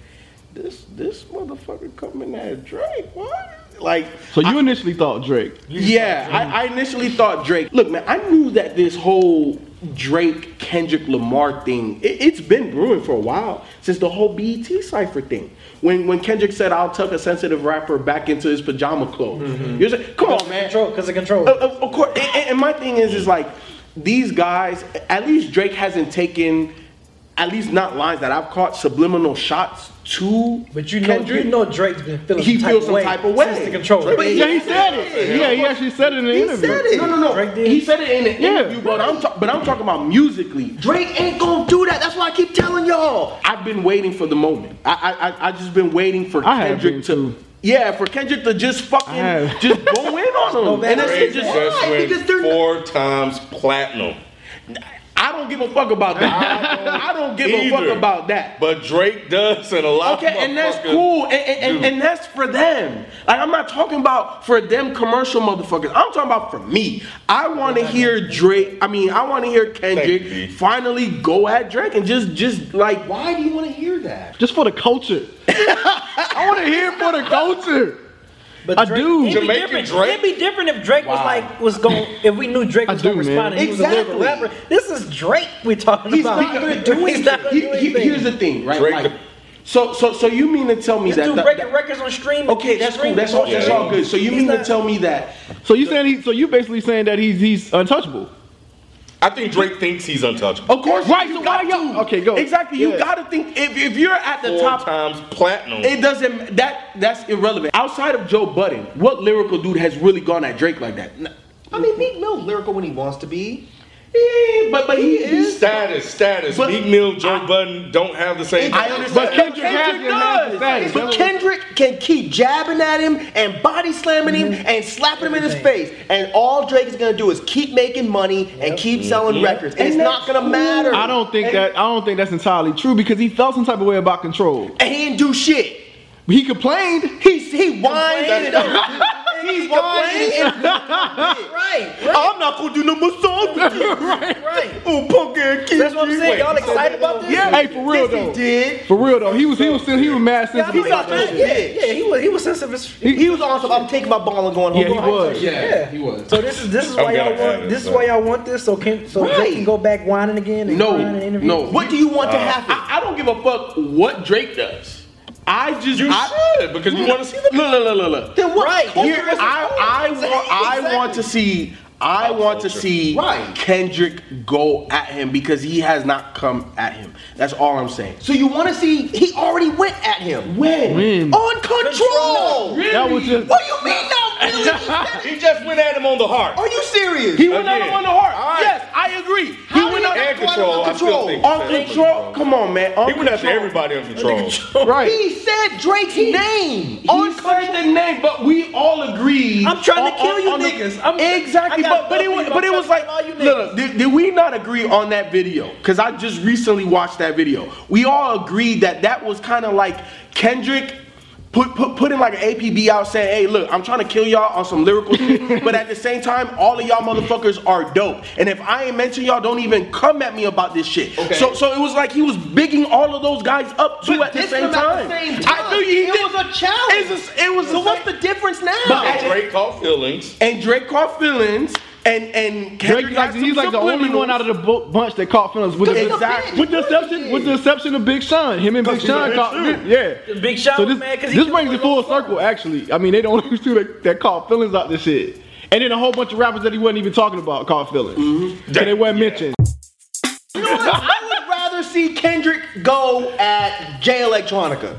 [SPEAKER 6] this this motherfucker coming at Drake, what? Like,
[SPEAKER 2] So you initially thought Drake.
[SPEAKER 6] yeah, I, I initially thought Drake. Look, man, I knew that this whole Drake Kendrick Lamar thing, it, it's been brewing for a while since the whole BET cipher thing. When when Kendrick said, "I'll tuck a sensitive rapper back into his pajama clothes," you're like, "Come on, man."
[SPEAKER 4] Control, because of control.
[SPEAKER 6] Of, of- of course, and- and, and my thing is, is like these guys. At least Drake hasn't taken, at least not lines that I've caught subliminal shots to.
[SPEAKER 4] But you know,
[SPEAKER 6] Kendrick.
[SPEAKER 4] you know Drake's been feeling
[SPEAKER 6] He
[SPEAKER 4] some type
[SPEAKER 6] feels
[SPEAKER 4] of
[SPEAKER 6] some
[SPEAKER 4] way
[SPEAKER 6] type of way.
[SPEAKER 4] since the control.
[SPEAKER 6] But
[SPEAKER 2] Yeah, he said it. Yeah, he actually said it in the
[SPEAKER 1] He
[SPEAKER 2] interview.
[SPEAKER 1] said it.
[SPEAKER 6] No, no, no.
[SPEAKER 4] Drake did.
[SPEAKER 6] He said it in an
[SPEAKER 2] Yeah.
[SPEAKER 6] interview, but I'm ta- but I'm talking about musically.
[SPEAKER 1] Drake ain't gonna do that. That's why I keep telling y'all.
[SPEAKER 6] I've been waiting for the moment. I I I, I just been waiting for
[SPEAKER 2] I have been,
[SPEAKER 6] Kendrick
[SPEAKER 2] too.
[SPEAKER 6] to. Yeah, for Kendrick to just
[SPEAKER 2] I
[SPEAKER 6] fucking
[SPEAKER 2] have.
[SPEAKER 6] just go in
[SPEAKER 1] Oh,
[SPEAKER 6] on him, and that
[SPEAKER 3] Drake
[SPEAKER 6] shit just.
[SPEAKER 3] just
[SPEAKER 1] why?
[SPEAKER 3] went
[SPEAKER 1] Because they're not-
[SPEAKER 3] four times platinum.
[SPEAKER 6] I don't give a fuck about that. I don't give a
[SPEAKER 3] Either.
[SPEAKER 6] fuck about that.
[SPEAKER 3] But Drake does, and a lot of
[SPEAKER 6] Okay, and that's
[SPEAKER 3] motherfuckers
[SPEAKER 6] cool, and, and, and,
[SPEAKER 3] do.
[SPEAKER 6] and that's for them. Like I'm not talking about for them commercial motherfuckers. I'm talking about for me. I want to hear Drake. I mean, I want to hear
[SPEAKER 3] Thank you, B.
[SPEAKER 6] Kendrick finally go at Drake and just just like
[SPEAKER 1] Why do you want to hear that?
[SPEAKER 2] Just for the culture. I want to hear it for the culture.
[SPEAKER 4] But
[SPEAKER 2] I do.
[SPEAKER 4] it'd be
[SPEAKER 3] Jamaican
[SPEAKER 4] different-
[SPEAKER 3] Drake?
[SPEAKER 4] It'd be different if Drake was like was going. If we knew Drake
[SPEAKER 2] I
[SPEAKER 4] was
[SPEAKER 2] do,
[SPEAKER 4] going to
[SPEAKER 2] man.
[SPEAKER 4] respond, and he was a
[SPEAKER 1] Exactly.
[SPEAKER 4] lyrical rapper. This is Drake we're talking
[SPEAKER 1] He's
[SPEAKER 4] about.
[SPEAKER 1] not gonna do
[SPEAKER 4] He's not gonna
[SPEAKER 6] He-
[SPEAKER 4] do
[SPEAKER 6] he-
[SPEAKER 4] anything.
[SPEAKER 6] here's the thing, right?
[SPEAKER 3] Drake
[SPEAKER 6] Like,
[SPEAKER 3] the-
[SPEAKER 6] so, so, so you mean to tell me
[SPEAKER 4] This
[SPEAKER 6] that?
[SPEAKER 4] dude
[SPEAKER 6] that-
[SPEAKER 4] breaking
[SPEAKER 6] that-
[SPEAKER 4] records on stream.
[SPEAKER 6] okay, that's cool.
[SPEAKER 4] streaming
[SPEAKER 6] That's
[SPEAKER 4] on
[SPEAKER 6] all. That's
[SPEAKER 4] stream.
[SPEAKER 6] all good. So you
[SPEAKER 4] He's
[SPEAKER 6] mean to
[SPEAKER 4] not-
[SPEAKER 6] tell me that?
[SPEAKER 2] So you saying he? So you basically saying that he's he's untouchable.
[SPEAKER 3] I think Drake thinks he's untouchable.
[SPEAKER 6] Of course,
[SPEAKER 2] Right,
[SPEAKER 6] You
[SPEAKER 2] so
[SPEAKER 6] got
[SPEAKER 2] why y'all-
[SPEAKER 6] to.
[SPEAKER 2] okay, go.
[SPEAKER 6] Exactly.
[SPEAKER 2] Yeah.
[SPEAKER 6] You got to think if, if you're at the
[SPEAKER 3] Four
[SPEAKER 6] top.
[SPEAKER 3] times platinum.
[SPEAKER 6] It doesn't. That that's irrelevant. Outside of Joe Budden, what lyrical dude has really gone at Drake like that? N-
[SPEAKER 1] I mean, Meek Mill's lyrical when he wants to be.
[SPEAKER 6] eh, but but he, is.
[SPEAKER 3] status, status.
[SPEAKER 6] But-
[SPEAKER 3] Meek Mill, Joe Budden don't have the same.
[SPEAKER 1] I
[SPEAKER 2] But
[SPEAKER 1] understand.
[SPEAKER 2] Kendrick, has been
[SPEAKER 6] does.
[SPEAKER 2] status.
[SPEAKER 1] But Kendrick can keep jabbing at him and body slamming him and slapping him in his face. And all Drake is gonna do is keep making money and keep selling records. And it's not gonna matter.
[SPEAKER 2] I don't think that I don't think that's entirely true because he felt some type of way about control.
[SPEAKER 1] And he didn't do shit.
[SPEAKER 2] He complained.
[SPEAKER 1] He he whined and he whined and
[SPEAKER 4] Right,
[SPEAKER 1] I'm not gonna do no more songs. with you.
[SPEAKER 4] right.
[SPEAKER 1] Oh, punk ass kid.
[SPEAKER 4] That's what I'm saying. Y'all excited about this?
[SPEAKER 2] Yeah. Hey, for real
[SPEAKER 1] Yes, he
[SPEAKER 2] though.
[SPEAKER 1] did.
[SPEAKER 2] For real though. He was he was still he was mad since.
[SPEAKER 4] Y'all
[SPEAKER 1] He's
[SPEAKER 4] excited
[SPEAKER 1] not
[SPEAKER 4] about
[SPEAKER 1] doing
[SPEAKER 4] this?
[SPEAKER 1] shit.
[SPEAKER 4] Yeah, yeah, he was. He was sensitive. as-
[SPEAKER 1] He was on some. I'm taking my ball and going home.
[SPEAKER 2] Yeah, he was.
[SPEAKER 4] Yeah, he was. So this is this is why
[SPEAKER 3] I'm
[SPEAKER 4] y'all
[SPEAKER 3] gonna add
[SPEAKER 4] want
[SPEAKER 3] it,
[SPEAKER 4] this is
[SPEAKER 3] but-
[SPEAKER 4] why y'all want this. So can so
[SPEAKER 1] Right.
[SPEAKER 4] Drake can go back whining again and
[SPEAKER 6] No,
[SPEAKER 4] crying and interview.
[SPEAKER 6] no.
[SPEAKER 1] What do you want
[SPEAKER 2] Uh,
[SPEAKER 1] to happen?
[SPEAKER 6] I, I don't give a fuck what Drake does. I just you I,
[SPEAKER 3] should, because you wanna see
[SPEAKER 6] the look look look look look.
[SPEAKER 1] Then what?
[SPEAKER 4] Right.
[SPEAKER 1] culture
[SPEAKER 6] Here,
[SPEAKER 1] is it
[SPEAKER 6] I, I,
[SPEAKER 1] for?
[SPEAKER 6] want, I want to see. I want to see
[SPEAKER 1] Right.
[SPEAKER 6] Kendrick go at him because he has not come at him. That's all I'm saying.
[SPEAKER 1] So you want to see? He already went at him.
[SPEAKER 6] When?
[SPEAKER 2] When?
[SPEAKER 1] On control.
[SPEAKER 2] That was just
[SPEAKER 1] What do you mean? No, really? He said it.
[SPEAKER 3] He just went at him on the heart.
[SPEAKER 6] Oh,
[SPEAKER 1] Are you serious?
[SPEAKER 6] He went at
[SPEAKER 3] Again.
[SPEAKER 6] him on the heart.
[SPEAKER 3] All right.
[SPEAKER 6] Yes, I agree.
[SPEAKER 1] How
[SPEAKER 6] he went
[SPEAKER 1] do
[SPEAKER 6] up
[SPEAKER 1] you-
[SPEAKER 3] and control. I still think
[SPEAKER 6] on
[SPEAKER 3] it's at
[SPEAKER 6] control. Come on, man. On
[SPEAKER 3] He went after
[SPEAKER 6] control.
[SPEAKER 3] everybody on control.
[SPEAKER 2] right.
[SPEAKER 1] He said Drake's name.
[SPEAKER 6] He
[SPEAKER 1] on
[SPEAKER 6] said the name, but we all agree.
[SPEAKER 4] I'm trying to kill you niggas. I'm-
[SPEAKER 6] exactly,
[SPEAKER 4] I got
[SPEAKER 6] but but it
[SPEAKER 4] nothing
[SPEAKER 6] was
[SPEAKER 4] but
[SPEAKER 6] but it was like
[SPEAKER 4] all you niggas.
[SPEAKER 6] look, did, did we not agree on that video? Because I just recently watched that video. We all agreed that that was kind of like Kendrick. Put, put, putting like an APB out saying, hey, look, I'm trying to kill y'all on some lyrical shit, but at the same time, all of y'all motherfuckers are dope. And if I ain't mention y'all, don't even come at me about this shit. So so it was like he was bigging all of those guys up too
[SPEAKER 1] But
[SPEAKER 6] at the
[SPEAKER 1] dissing
[SPEAKER 6] same
[SPEAKER 1] them at
[SPEAKER 6] time.
[SPEAKER 1] the same
[SPEAKER 6] I knew he
[SPEAKER 1] time. It
[SPEAKER 6] did.
[SPEAKER 1] was a challenge.
[SPEAKER 6] It's a- it was
[SPEAKER 1] So
[SPEAKER 6] a-
[SPEAKER 1] what's the difference now?
[SPEAKER 6] But-
[SPEAKER 3] Drake caught feelings.
[SPEAKER 6] and Drake caught feelings, and and
[SPEAKER 2] Drake,
[SPEAKER 6] Kendrick
[SPEAKER 2] like,
[SPEAKER 6] got some
[SPEAKER 2] he's like the only
[SPEAKER 6] subliminals.
[SPEAKER 2] one out of the bu- bunch that caught feelings with the,
[SPEAKER 6] He's a bitch.
[SPEAKER 2] with the exception with the exception of Big Sean. Him and Big Sean caught yeah.
[SPEAKER 4] Big Sean
[SPEAKER 2] So
[SPEAKER 4] was
[SPEAKER 2] this,
[SPEAKER 4] mad 'cause he
[SPEAKER 2] this
[SPEAKER 4] couldn't
[SPEAKER 2] brings it
[SPEAKER 4] win
[SPEAKER 2] full
[SPEAKER 4] no
[SPEAKER 2] circle. Actually, I mean they the only two that, that caught feelings out this shit, and then a whole bunch of rappers that he wasn't even talking about caught feelings, and they weren't mentioned.
[SPEAKER 1] You know what? I would rather see Kendrick go at Jay Electronica.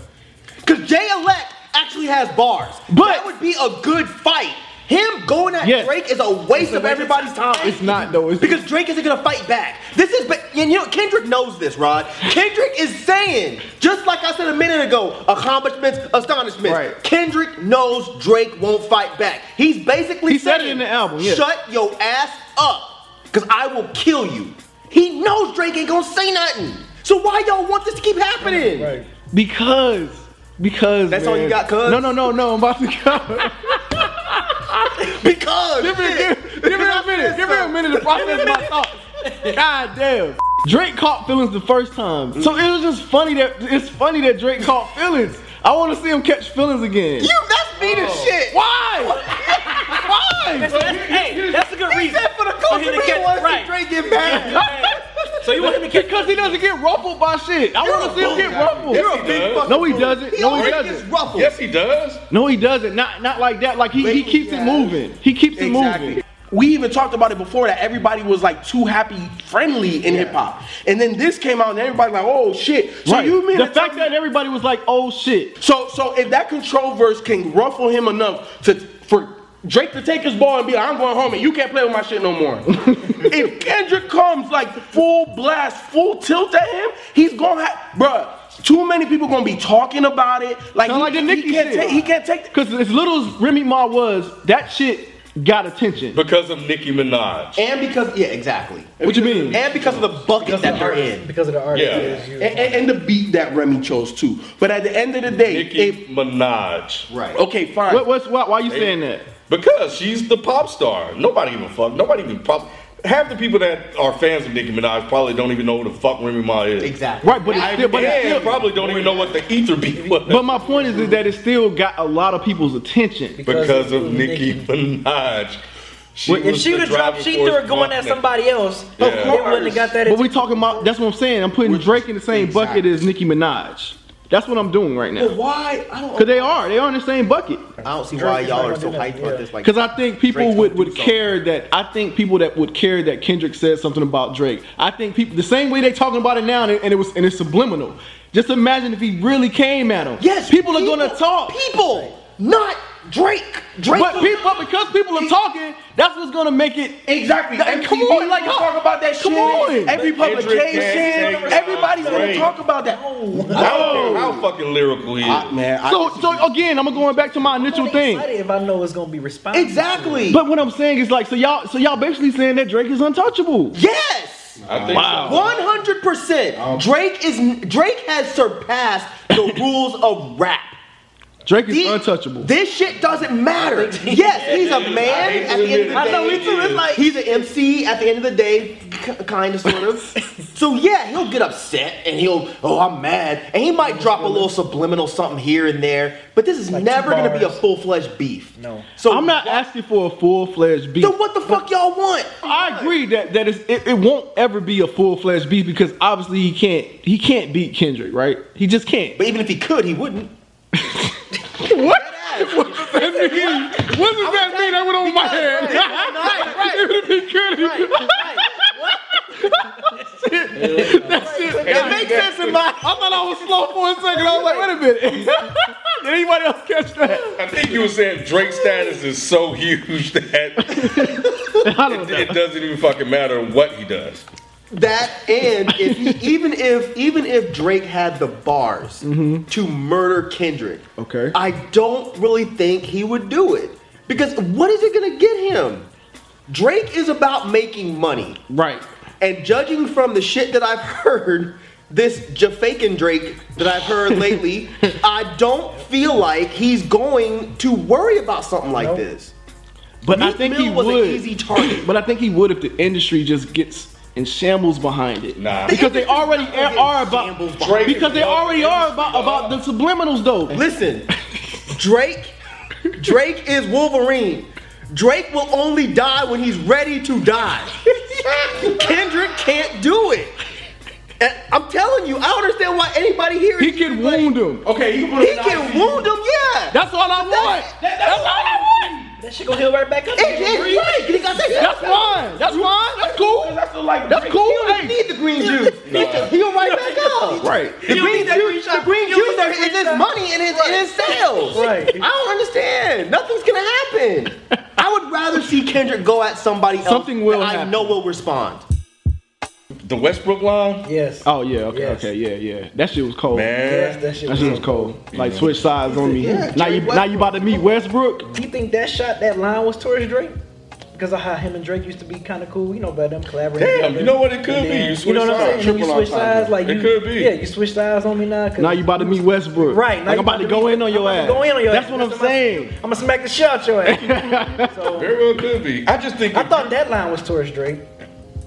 [SPEAKER 1] Because Jay Elect actually has bars.
[SPEAKER 2] But-
[SPEAKER 1] that would be a good fight. Him going at
[SPEAKER 2] Yes.
[SPEAKER 1] Drake is a waste of everybody's time.
[SPEAKER 2] It's not, though. It's-
[SPEAKER 1] because Drake isn't gonna fight back. This is, but and you know Kendrick knows this, Rod. Kendrick is saying, just like I said a minute ago, accomplishments, astonishments.
[SPEAKER 2] Right.
[SPEAKER 1] Kendrick knows Drake won't fight back. He's basically
[SPEAKER 2] He said it
[SPEAKER 1] saying,
[SPEAKER 2] in the album, yeah.
[SPEAKER 1] Shut your ass up, cause I will kill you. He knows Drake ain't gonna say nothing. So why y'all want this to keep happening?
[SPEAKER 4] Right.
[SPEAKER 2] Because, because
[SPEAKER 1] That's all
[SPEAKER 2] man.
[SPEAKER 1] you got, cuz?
[SPEAKER 2] No, no, no, no. I'm about to go.
[SPEAKER 1] Because
[SPEAKER 2] give me,
[SPEAKER 1] shit.
[SPEAKER 2] give, give me a minute. Give me a minute to process my thoughts. God damn. Drake caught feelings the first time, so it was just funny that it's funny that Drake caught feelings. I want to see him catch feelings again.
[SPEAKER 1] You, that's me to
[SPEAKER 4] Oh.
[SPEAKER 1] shit.
[SPEAKER 2] Why?
[SPEAKER 1] Why?
[SPEAKER 7] That's, that's, hey, that's a good
[SPEAKER 1] He
[SPEAKER 7] reason
[SPEAKER 1] said for the
[SPEAKER 7] for him
[SPEAKER 1] culture,
[SPEAKER 7] to
[SPEAKER 1] he
[SPEAKER 7] catch
[SPEAKER 1] wants
[SPEAKER 7] right.
[SPEAKER 1] right. Drake get mad.
[SPEAKER 7] So you want him to catch?
[SPEAKER 2] Because he doesn't get ruffled by shit. I want to see him get ruffled.
[SPEAKER 3] Yes, he does.
[SPEAKER 2] No, he doesn't.
[SPEAKER 1] He
[SPEAKER 2] No, he
[SPEAKER 1] already
[SPEAKER 2] doesn't.
[SPEAKER 1] gets ruffled.
[SPEAKER 3] Yes, he does.
[SPEAKER 2] No, he doesn't. Not not like that. Like he, he keeps it moving. He keeps it moving.
[SPEAKER 6] We even talked about it before that everybody was like too happy friendly in hip hop. And then this came out and everybody like, oh shit. So
[SPEAKER 2] right.
[SPEAKER 6] you mean
[SPEAKER 2] the
[SPEAKER 6] to
[SPEAKER 2] fact
[SPEAKER 6] tell me-
[SPEAKER 2] that everybody was like, "Oh shit,"
[SPEAKER 6] So so if that control verse can ruffle him enough to for Drake to take his ball and be like, I'm going home and you can't play with my shit no more. if Kendrick comes like full blast, full tilt at him, he's gonna have bruh, too many people gonna be talking about it. Like,
[SPEAKER 2] Sound like the Nicki
[SPEAKER 6] can't
[SPEAKER 2] shit.
[SPEAKER 6] take he can't take
[SPEAKER 2] because as little as Remy Ma was, that shit got attention.
[SPEAKER 3] Because of Nicki Minaj.
[SPEAKER 1] And because, yeah, exactly.
[SPEAKER 2] What you mean?
[SPEAKER 1] And because of the bucket that they're in.
[SPEAKER 4] because of the artist.
[SPEAKER 3] Yeah.
[SPEAKER 4] is you.
[SPEAKER 6] and, and- and the beat that Remy chose too. But at the end of the day,
[SPEAKER 3] Nicki
[SPEAKER 6] if
[SPEAKER 3] Minaj.
[SPEAKER 1] Right.
[SPEAKER 6] okay, fine.
[SPEAKER 2] What, what's why, why you saying that?
[SPEAKER 3] Because she's the pop star. Nobody even fuck. Nobody even pop. Half the people that are fans of Nicki Minaj probably don't even know who the fuck Remy Ma is.
[SPEAKER 1] Exactly.
[SPEAKER 2] Right, but it's still, but it's
[SPEAKER 3] and
[SPEAKER 2] still,
[SPEAKER 3] probably don't even know what the ether beat was.
[SPEAKER 2] but my point is that it still got a lot of people's attention.
[SPEAKER 3] because of
[SPEAKER 4] Because of
[SPEAKER 3] Nicki Minaj. She
[SPEAKER 7] If she would have dropped She threw her going at somebody else,
[SPEAKER 3] Yeah.
[SPEAKER 7] it wouldn't have got that.
[SPEAKER 2] But we talking about that's what I'm saying. I'm putting Drake in the same bucket as Nicki Minaj. That's what I'm doing right now.
[SPEAKER 1] Why? I
[SPEAKER 2] Cause
[SPEAKER 1] don't,
[SPEAKER 2] they are, they are in the same bucket.
[SPEAKER 1] I don't see why y'all are so
[SPEAKER 4] Yeah.
[SPEAKER 1] hyped about this. Like,
[SPEAKER 2] Because I think people
[SPEAKER 1] Drake's
[SPEAKER 2] would,
[SPEAKER 1] gonna do
[SPEAKER 2] would
[SPEAKER 1] something.
[SPEAKER 2] care that I think people that would care that Kendrick said something about Drake. I think people the same way they talking about it now and it, and it was and it's subliminal. Just imagine if he really came at him.
[SPEAKER 1] Yes,
[SPEAKER 2] people, are gonna talk.
[SPEAKER 1] People, not Drake. Drake.
[SPEAKER 2] but people because people are talking, that's what's gonna make it.
[SPEAKER 6] Exactly.
[SPEAKER 2] That-
[SPEAKER 6] MTV
[SPEAKER 2] come on, like
[SPEAKER 6] will talk about that
[SPEAKER 2] come
[SPEAKER 6] shit.
[SPEAKER 2] on.
[SPEAKER 6] Every
[SPEAKER 3] Kendrick can't
[SPEAKER 6] publication,
[SPEAKER 3] take
[SPEAKER 6] everybody's gonna
[SPEAKER 3] Drake.
[SPEAKER 6] talk about that.
[SPEAKER 3] I don't care how fucking lyrical he is.
[SPEAKER 6] man, I,
[SPEAKER 2] So so again, I'm going back to my initial
[SPEAKER 4] I'm
[SPEAKER 2] thing.
[SPEAKER 4] excited if I know it's gonna be responsive.
[SPEAKER 1] exactly.
[SPEAKER 2] But what I'm saying is like so y'all so y'all basically saying that Drake is untouchable.
[SPEAKER 1] yes.
[SPEAKER 3] I think wow.
[SPEAKER 1] One hundred
[SPEAKER 3] Um,
[SPEAKER 1] percent. Drake is Drake has surpassed the rules of rap.
[SPEAKER 2] Drake is
[SPEAKER 1] The-
[SPEAKER 2] untouchable.
[SPEAKER 1] This shit doesn't matter. Yes, he's a man at the end of the day.
[SPEAKER 7] I know, me too. It's like-
[SPEAKER 1] he's an MC at the end of the day, kind of, sort of. so yeah, he'll get upset and he'll, oh, I'm mad, and he might drop a little subliminal something here and there. But this is never going to be a
[SPEAKER 4] bars.
[SPEAKER 1] full fledged beef.
[SPEAKER 4] No.
[SPEAKER 1] So
[SPEAKER 2] I'm not asking for a full fledged beef.
[SPEAKER 1] Then what the fuck y'all want?
[SPEAKER 2] I agree that that is it, it won't ever be a full fledged beat because obviously he can't he can't beat Kendrick right he just can't.
[SPEAKER 1] But even if he could, he wouldn't.
[SPEAKER 2] what? What does that mean? What does that mean? That went over my head. Even if he could, he could.
[SPEAKER 1] It makes sense in my.
[SPEAKER 2] I thought I was slow for a second. I was like, wait a minute. Did anybody else catch that?
[SPEAKER 3] I think you were saying Drake's status is so huge that
[SPEAKER 2] I don't know.
[SPEAKER 3] it doesn't even fucking matter what he does.
[SPEAKER 1] That and if he, even if even if Drake had the bars to murder Kendrick,
[SPEAKER 2] Okay.
[SPEAKER 1] I don't really think he would do it because what is it gonna get him? Drake is about making money,
[SPEAKER 2] Right.
[SPEAKER 1] and judging from the shit that I've heard, this Jafakin Drake that I've heard lately, I don't feel like he's going to worry about something like this.
[SPEAKER 2] But I
[SPEAKER 1] Meek
[SPEAKER 2] think
[SPEAKER 1] Mill
[SPEAKER 2] he
[SPEAKER 1] was an
[SPEAKER 2] would.
[SPEAKER 1] easy target.
[SPEAKER 2] But I think he would if the industry just gets in shambles behind it.
[SPEAKER 3] Nah.
[SPEAKER 2] Because they already are, are about
[SPEAKER 1] Shambles
[SPEAKER 3] behind
[SPEAKER 2] because they
[SPEAKER 3] it.
[SPEAKER 2] already are about about the subliminals though.
[SPEAKER 1] Listen, Drake, Drake is Wolverine. Drake will only die when he's ready to die. Kendrick can't do it. And I'm telling you, I don't understand why anybody here
[SPEAKER 2] He
[SPEAKER 1] is
[SPEAKER 2] can
[SPEAKER 1] like-
[SPEAKER 2] wound him.
[SPEAKER 6] okay, he,
[SPEAKER 1] He can wound him, yeah.
[SPEAKER 2] That's all I want. That's all I want.
[SPEAKER 7] That shit gonna heal right back up.
[SPEAKER 1] It- it's right. He got that-
[SPEAKER 2] That's fine. That's fine. That's cool.
[SPEAKER 6] That's the, like
[SPEAKER 2] That's cool.
[SPEAKER 1] He don't
[SPEAKER 2] Hey.
[SPEAKER 1] need the green juice. He just heal right back up.
[SPEAKER 2] Right.
[SPEAKER 1] The green juice, the green juice is his money and his, and his sales.
[SPEAKER 4] Right.
[SPEAKER 1] I don't understand. Nothing's gonna happen. I rather see Kendrick go at somebody else.
[SPEAKER 2] Something will
[SPEAKER 1] that I
[SPEAKER 2] happen.
[SPEAKER 1] know will respond.
[SPEAKER 3] The Westbrook line,
[SPEAKER 4] Yes.
[SPEAKER 2] Oh yeah, okay,
[SPEAKER 4] Yes.
[SPEAKER 2] okay, yeah, yeah. That shit was cold.
[SPEAKER 4] Yes,
[SPEAKER 3] man.
[SPEAKER 4] that shit
[SPEAKER 2] That
[SPEAKER 4] was
[SPEAKER 2] shit was cold. Like switch sides on me. now you now you about to meet Westbrook.
[SPEAKER 4] Do you think that shot, that line was towards Drake? Because of how him and Drake used to be kind of cool, you know, about them collaborating.
[SPEAKER 3] Damn,
[SPEAKER 4] together.
[SPEAKER 3] you know what? It could
[SPEAKER 4] And
[SPEAKER 3] be.
[SPEAKER 4] then-
[SPEAKER 3] You
[SPEAKER 4] you know
[SPEAKER 3] switched
[SPEAKER 4] what I'm saying?
[SPEAKER 3] sides.
[SPEAKER 4] And then You switch sides, like
[SPEAKER 3] It
[SPEAKER 4] you,
[SPEAKER 3] could be.
[SPEAKER 4] Yeah, you switch sides on me now. 'cause-
[SPEAKER 2] Now you about to meet Westbrook.
[SPEAKER 4] right.
[SPEAKER 2] Like I'm about to go in on your ass.
[SPEAKER 4] Go in on your
[SPEAKER 2] That's
[SPEAKER 4] ass.
[SPEAKER 2] what I'm saying.
[SPEAKER 4] I'm gonna smack the shit out your ass. so
[SPEAKER 3] Very well could be. I just think
[SPEAKER 4] I thought Hmm. that line was towards Drake.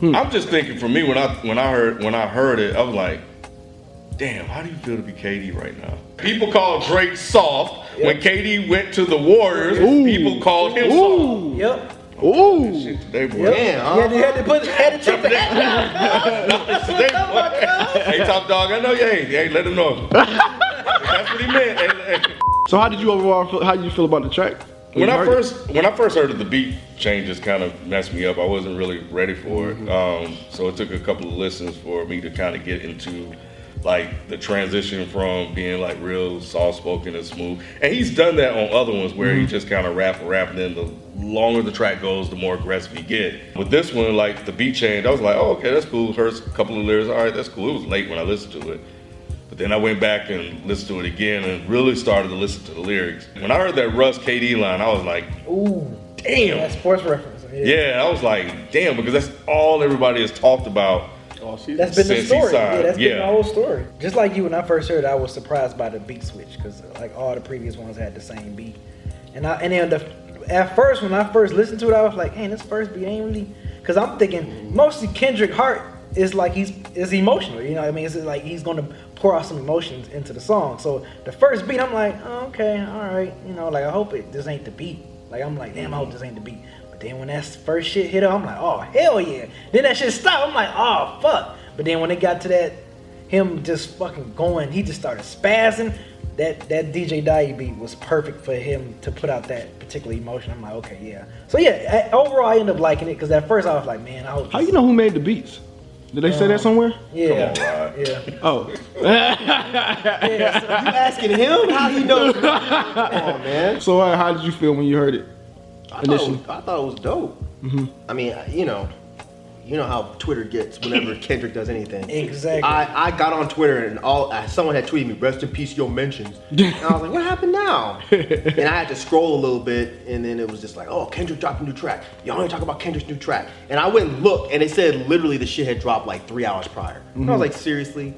[SPEAKER 3] I'm just thinking for me when I when I heard when I heard it, I was like, damn, how do you feel to be KD right now? People called Drake soft. When KD went to the Warriors, people called him soft.
[SPEAKER 4] Yep.
[SPEAKER 2] Ooh.
[SPEAKER 3] Shit, today, boy.
[SPEAKER 4] Yep. Yeah, they had to put, had to take the
[SPEAKER 3] Today, boy. hey, top dog, I know you ain't. Hey, let him know. That's what he meant. Hey, hey.
[SPEAKER 2] So how did you overall feel, how did you feel about the track?
[SPEAKER 3] when
[SPEAKER 2] you
[SPEAKER 3] I
[SPEAKER 2] heard it?
[SPEAKER 3] first when I first heard it, the beat changes kind of messed me up. I wasn't really ready for
[SPEAKER 2] Mm-hmm.
[SPEAKER 3] it, um, so it took a couple of listens for me to kind of get into like the transition from being like real soft spoken and smooth. And he's done that on other ones where
[SPEAKER 2] Mm-hmm.
[SPEAKER 3] he just kind of rap and rap, and then the longer the track goes, the more aggressive he get. With this one, like the beat change, I was like, oh okay, that's cool. Heard a couple of lyrics, all right, that's cool. It was late when I listened to it. But then I went back and listened to it again and really started to listen to the lyrics. When I heard that Russ KD line, I was like,
[SPEAKER 4] Ooh.
[SPEAKER 3] damn.
[SPEAKER 4] That sports reference. Yeah.
[SPEAKER 3] yeah, I was like, damn, because that's all everybody has talked about.
[SPEAKER 4] That's been the
[SPEAKER 3] Since he
[SPEAKER 4] story. Yeah,
[SPEAKER 3] signed,
[SPEAKER 4] that's
[SPEAKER 3] yeah.
[SPEAKER 4] been the whole story. Just like you, when I first heard, it, I was surprised by the beat switch because like all the previous ones had the same beat, and I and then the at first when I first listened to it, I was like, hey, this first beat ain't really because I'm thinking mostly Kendrick Hart is like he's is emotional. You know, what I mean, it's like he's gonna pour out some emotions into the song. So the first beat, I'm like, oh, okay, all right, you know, like I hope it this ain't the beat. Like I'm like, damn, I hope this ain't the beat. But then when that first shit hit up, I'm like, oh hell yeah. Then that shit stopped. I'm like, oh fuck. But then when it got to that, him just fucking going, he just started spazzing. That that DJ Dye beat was perfect for him to put out that particular emotion. I'm like, okay, yeah. So yeah, I, overall I ended up liking it because at first I was like, man, I hope.
[SPEAKER 2] How
[SPEAKER 4] this-
[SPEAKER 2] you know who made the beats? Did they say
[SPEAKER 3] Uh,
[SPEAKER 2] that somewhere?
[SPEAKER 4] Yeah,
[SPEAKER 3] Come on, Rod.
[SPEAKER 4] yeah.
[SPEAKER 2] Oh.
[SPEAKER 1] You asking him how he knows? Come on, man.
[SPEAKER 2] So uh, how did you feel when you heard it?
[SPEAKER 1] I thought, it
[SPEAKER 2] Initially.
[SPEAKER 1] was, I thought it was dope. I mean, you know, you know how Twitter gets whenever Kendrick does anything.
[SPEAKER 4] Exactly.
[SPEAKER 1] I, I got on Twitter and all uh, someone had tweeted me, "Rest in peace, your mentions." And I was like, "What happened now?" and I had to scroll a little bit, and then it was just like, "Oh, Kendrick dropped a new track. Y'all ain't talking about Kendrick's new track." And I went and looked, and it said literally the shit had dropped like three hours prior. And I was like, "Seriously,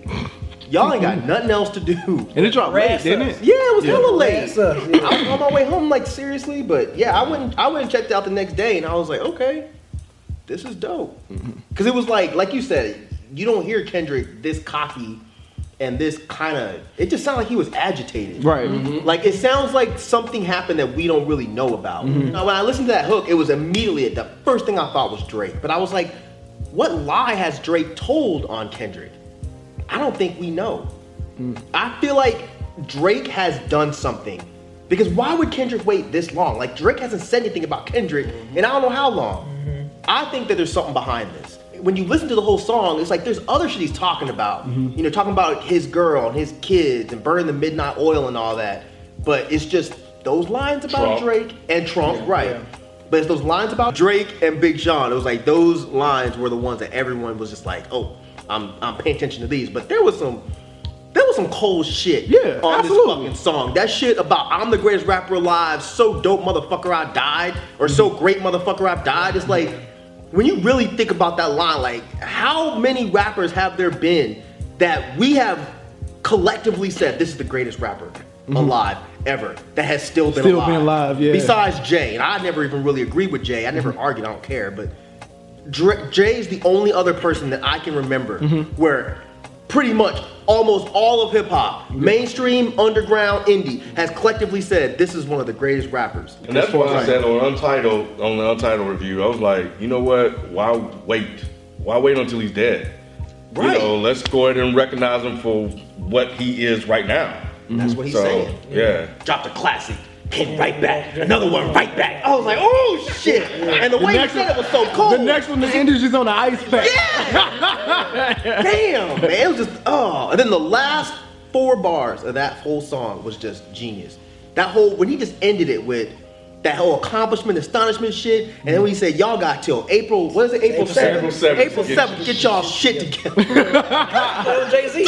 [SPEAKER 1] y'all ain't got nothing else to do."
[SPEAKER 2] And it dropped late,
[SPEAKER 4] Rass
[SPEAKER 2] didn't
[SPEAKER 4] us.
[SPEAKER 2] it?
[SPEAKER 1] Yeah, it was hella late.
[SPEAKER 4] That sucks, yeah.
[SPEAKER 1] I was on my way home, like seriously, but yeah, I went I went and checked it out the next day, and I was like, okay, this is dope,
[SPEAKER 2] Mm-hmm.
[SPEAKER 1] because it was like like you said, you don't hear Kendrick this cocky and this kind of. It just sounded like he was agitated,
[SPEAKER 2] Right.
[SPEAKER 1] Like it sounds like something happened that we don't really know about. Now, when I listened to that hook, it was immediately the first thing I thought was Drake, but I was like, what lie has Drake told on Kendrick? I don't think we know. I feel like Drake has done something. Because why would Kendrick wait this long? Like Drake hasn't said anything about Kendrick and I don't know how long. I think that there's something behind this. When you listen to the whole song, it's like there's other shit he's talking about. You know, talking about his girl and his kids and burning the midnight oil and all that. But it's just those lines about
[SPEAKER 3] Trump.
[SPEAKER 1] Drake and Trump, right? But it's those lines about Drake and Big Sean. It was like those lines were the ones that everyone was just like, oh, I'm I'm paying attention to these. But there was some there was some cold shit
[SPEAKER 2] Yeah,
[SPEAKER 1] on
[SPEAKER 2] absolutely.
[SPEAKER 1] this fucking song. That shit about I'm the greatest rapper alive, so dope motherfucker I died, or so great motherfucker I've died. It's like when you really think about that line, like how many rappers have there been that we have collectively said this is the greatest rapper alive ever that has still been
[SPEAKER 2] Mm-hmm. Still
[SPEAKER 1] alive.
[SPEAKER 2] been alive, yeah.
[SPEAKER 1] Besides Jay, and I never even really agreed with Jay. I never argued. I don't care, but Dr- Jay's the only other person that I can remember
[SPEAKER 2] Mm-hmm.
[SPEAKER 1] where pretty much almost all of hip hop, mainstream, underground, indie, has collectively said this is one of the greatest rappers.
[SPEAKER 3] And that's why I said on Untitled, on the Untitled review, I was like, you know what? Why wait? Why wait until he's dead? You
[SPEAKER 1] Right.
[SPEAKER 3] know, let's go ahead and recognize him for what he is right now.
[SPEAKER 1] That's what he's
[SPEAKER 3] So
[SPEAKER 1] saying.
[SPEAKER 3] yeah.
[SPEAKER 1] Dropped a classic. Came right back. Another one right back. I was like, oh shit. And the, way he
[SPEAKER 2] next
[SPEAKER 1] said
[SPEAKER 2] one-
[SPEAKER 1] it was so cold.
[SPEAKER 2] The next one, the industry's on the ice pack.
[SPEAKER 1] Damn, man. It was just, oh. And then the last four bars of that whole song was just genius. That whole, when he just ended it with, that whole accomplishment, astonishment shit. And then when he said, y'all got till April, what is it, April 7th?
[SPEAKER 3] April 7th.
[SPEAKER 1] April
[SPEAKER 3] Get
[SPEAKER 1] 7th, get y'all shit together.
[SPEAKER 7] Jay Z.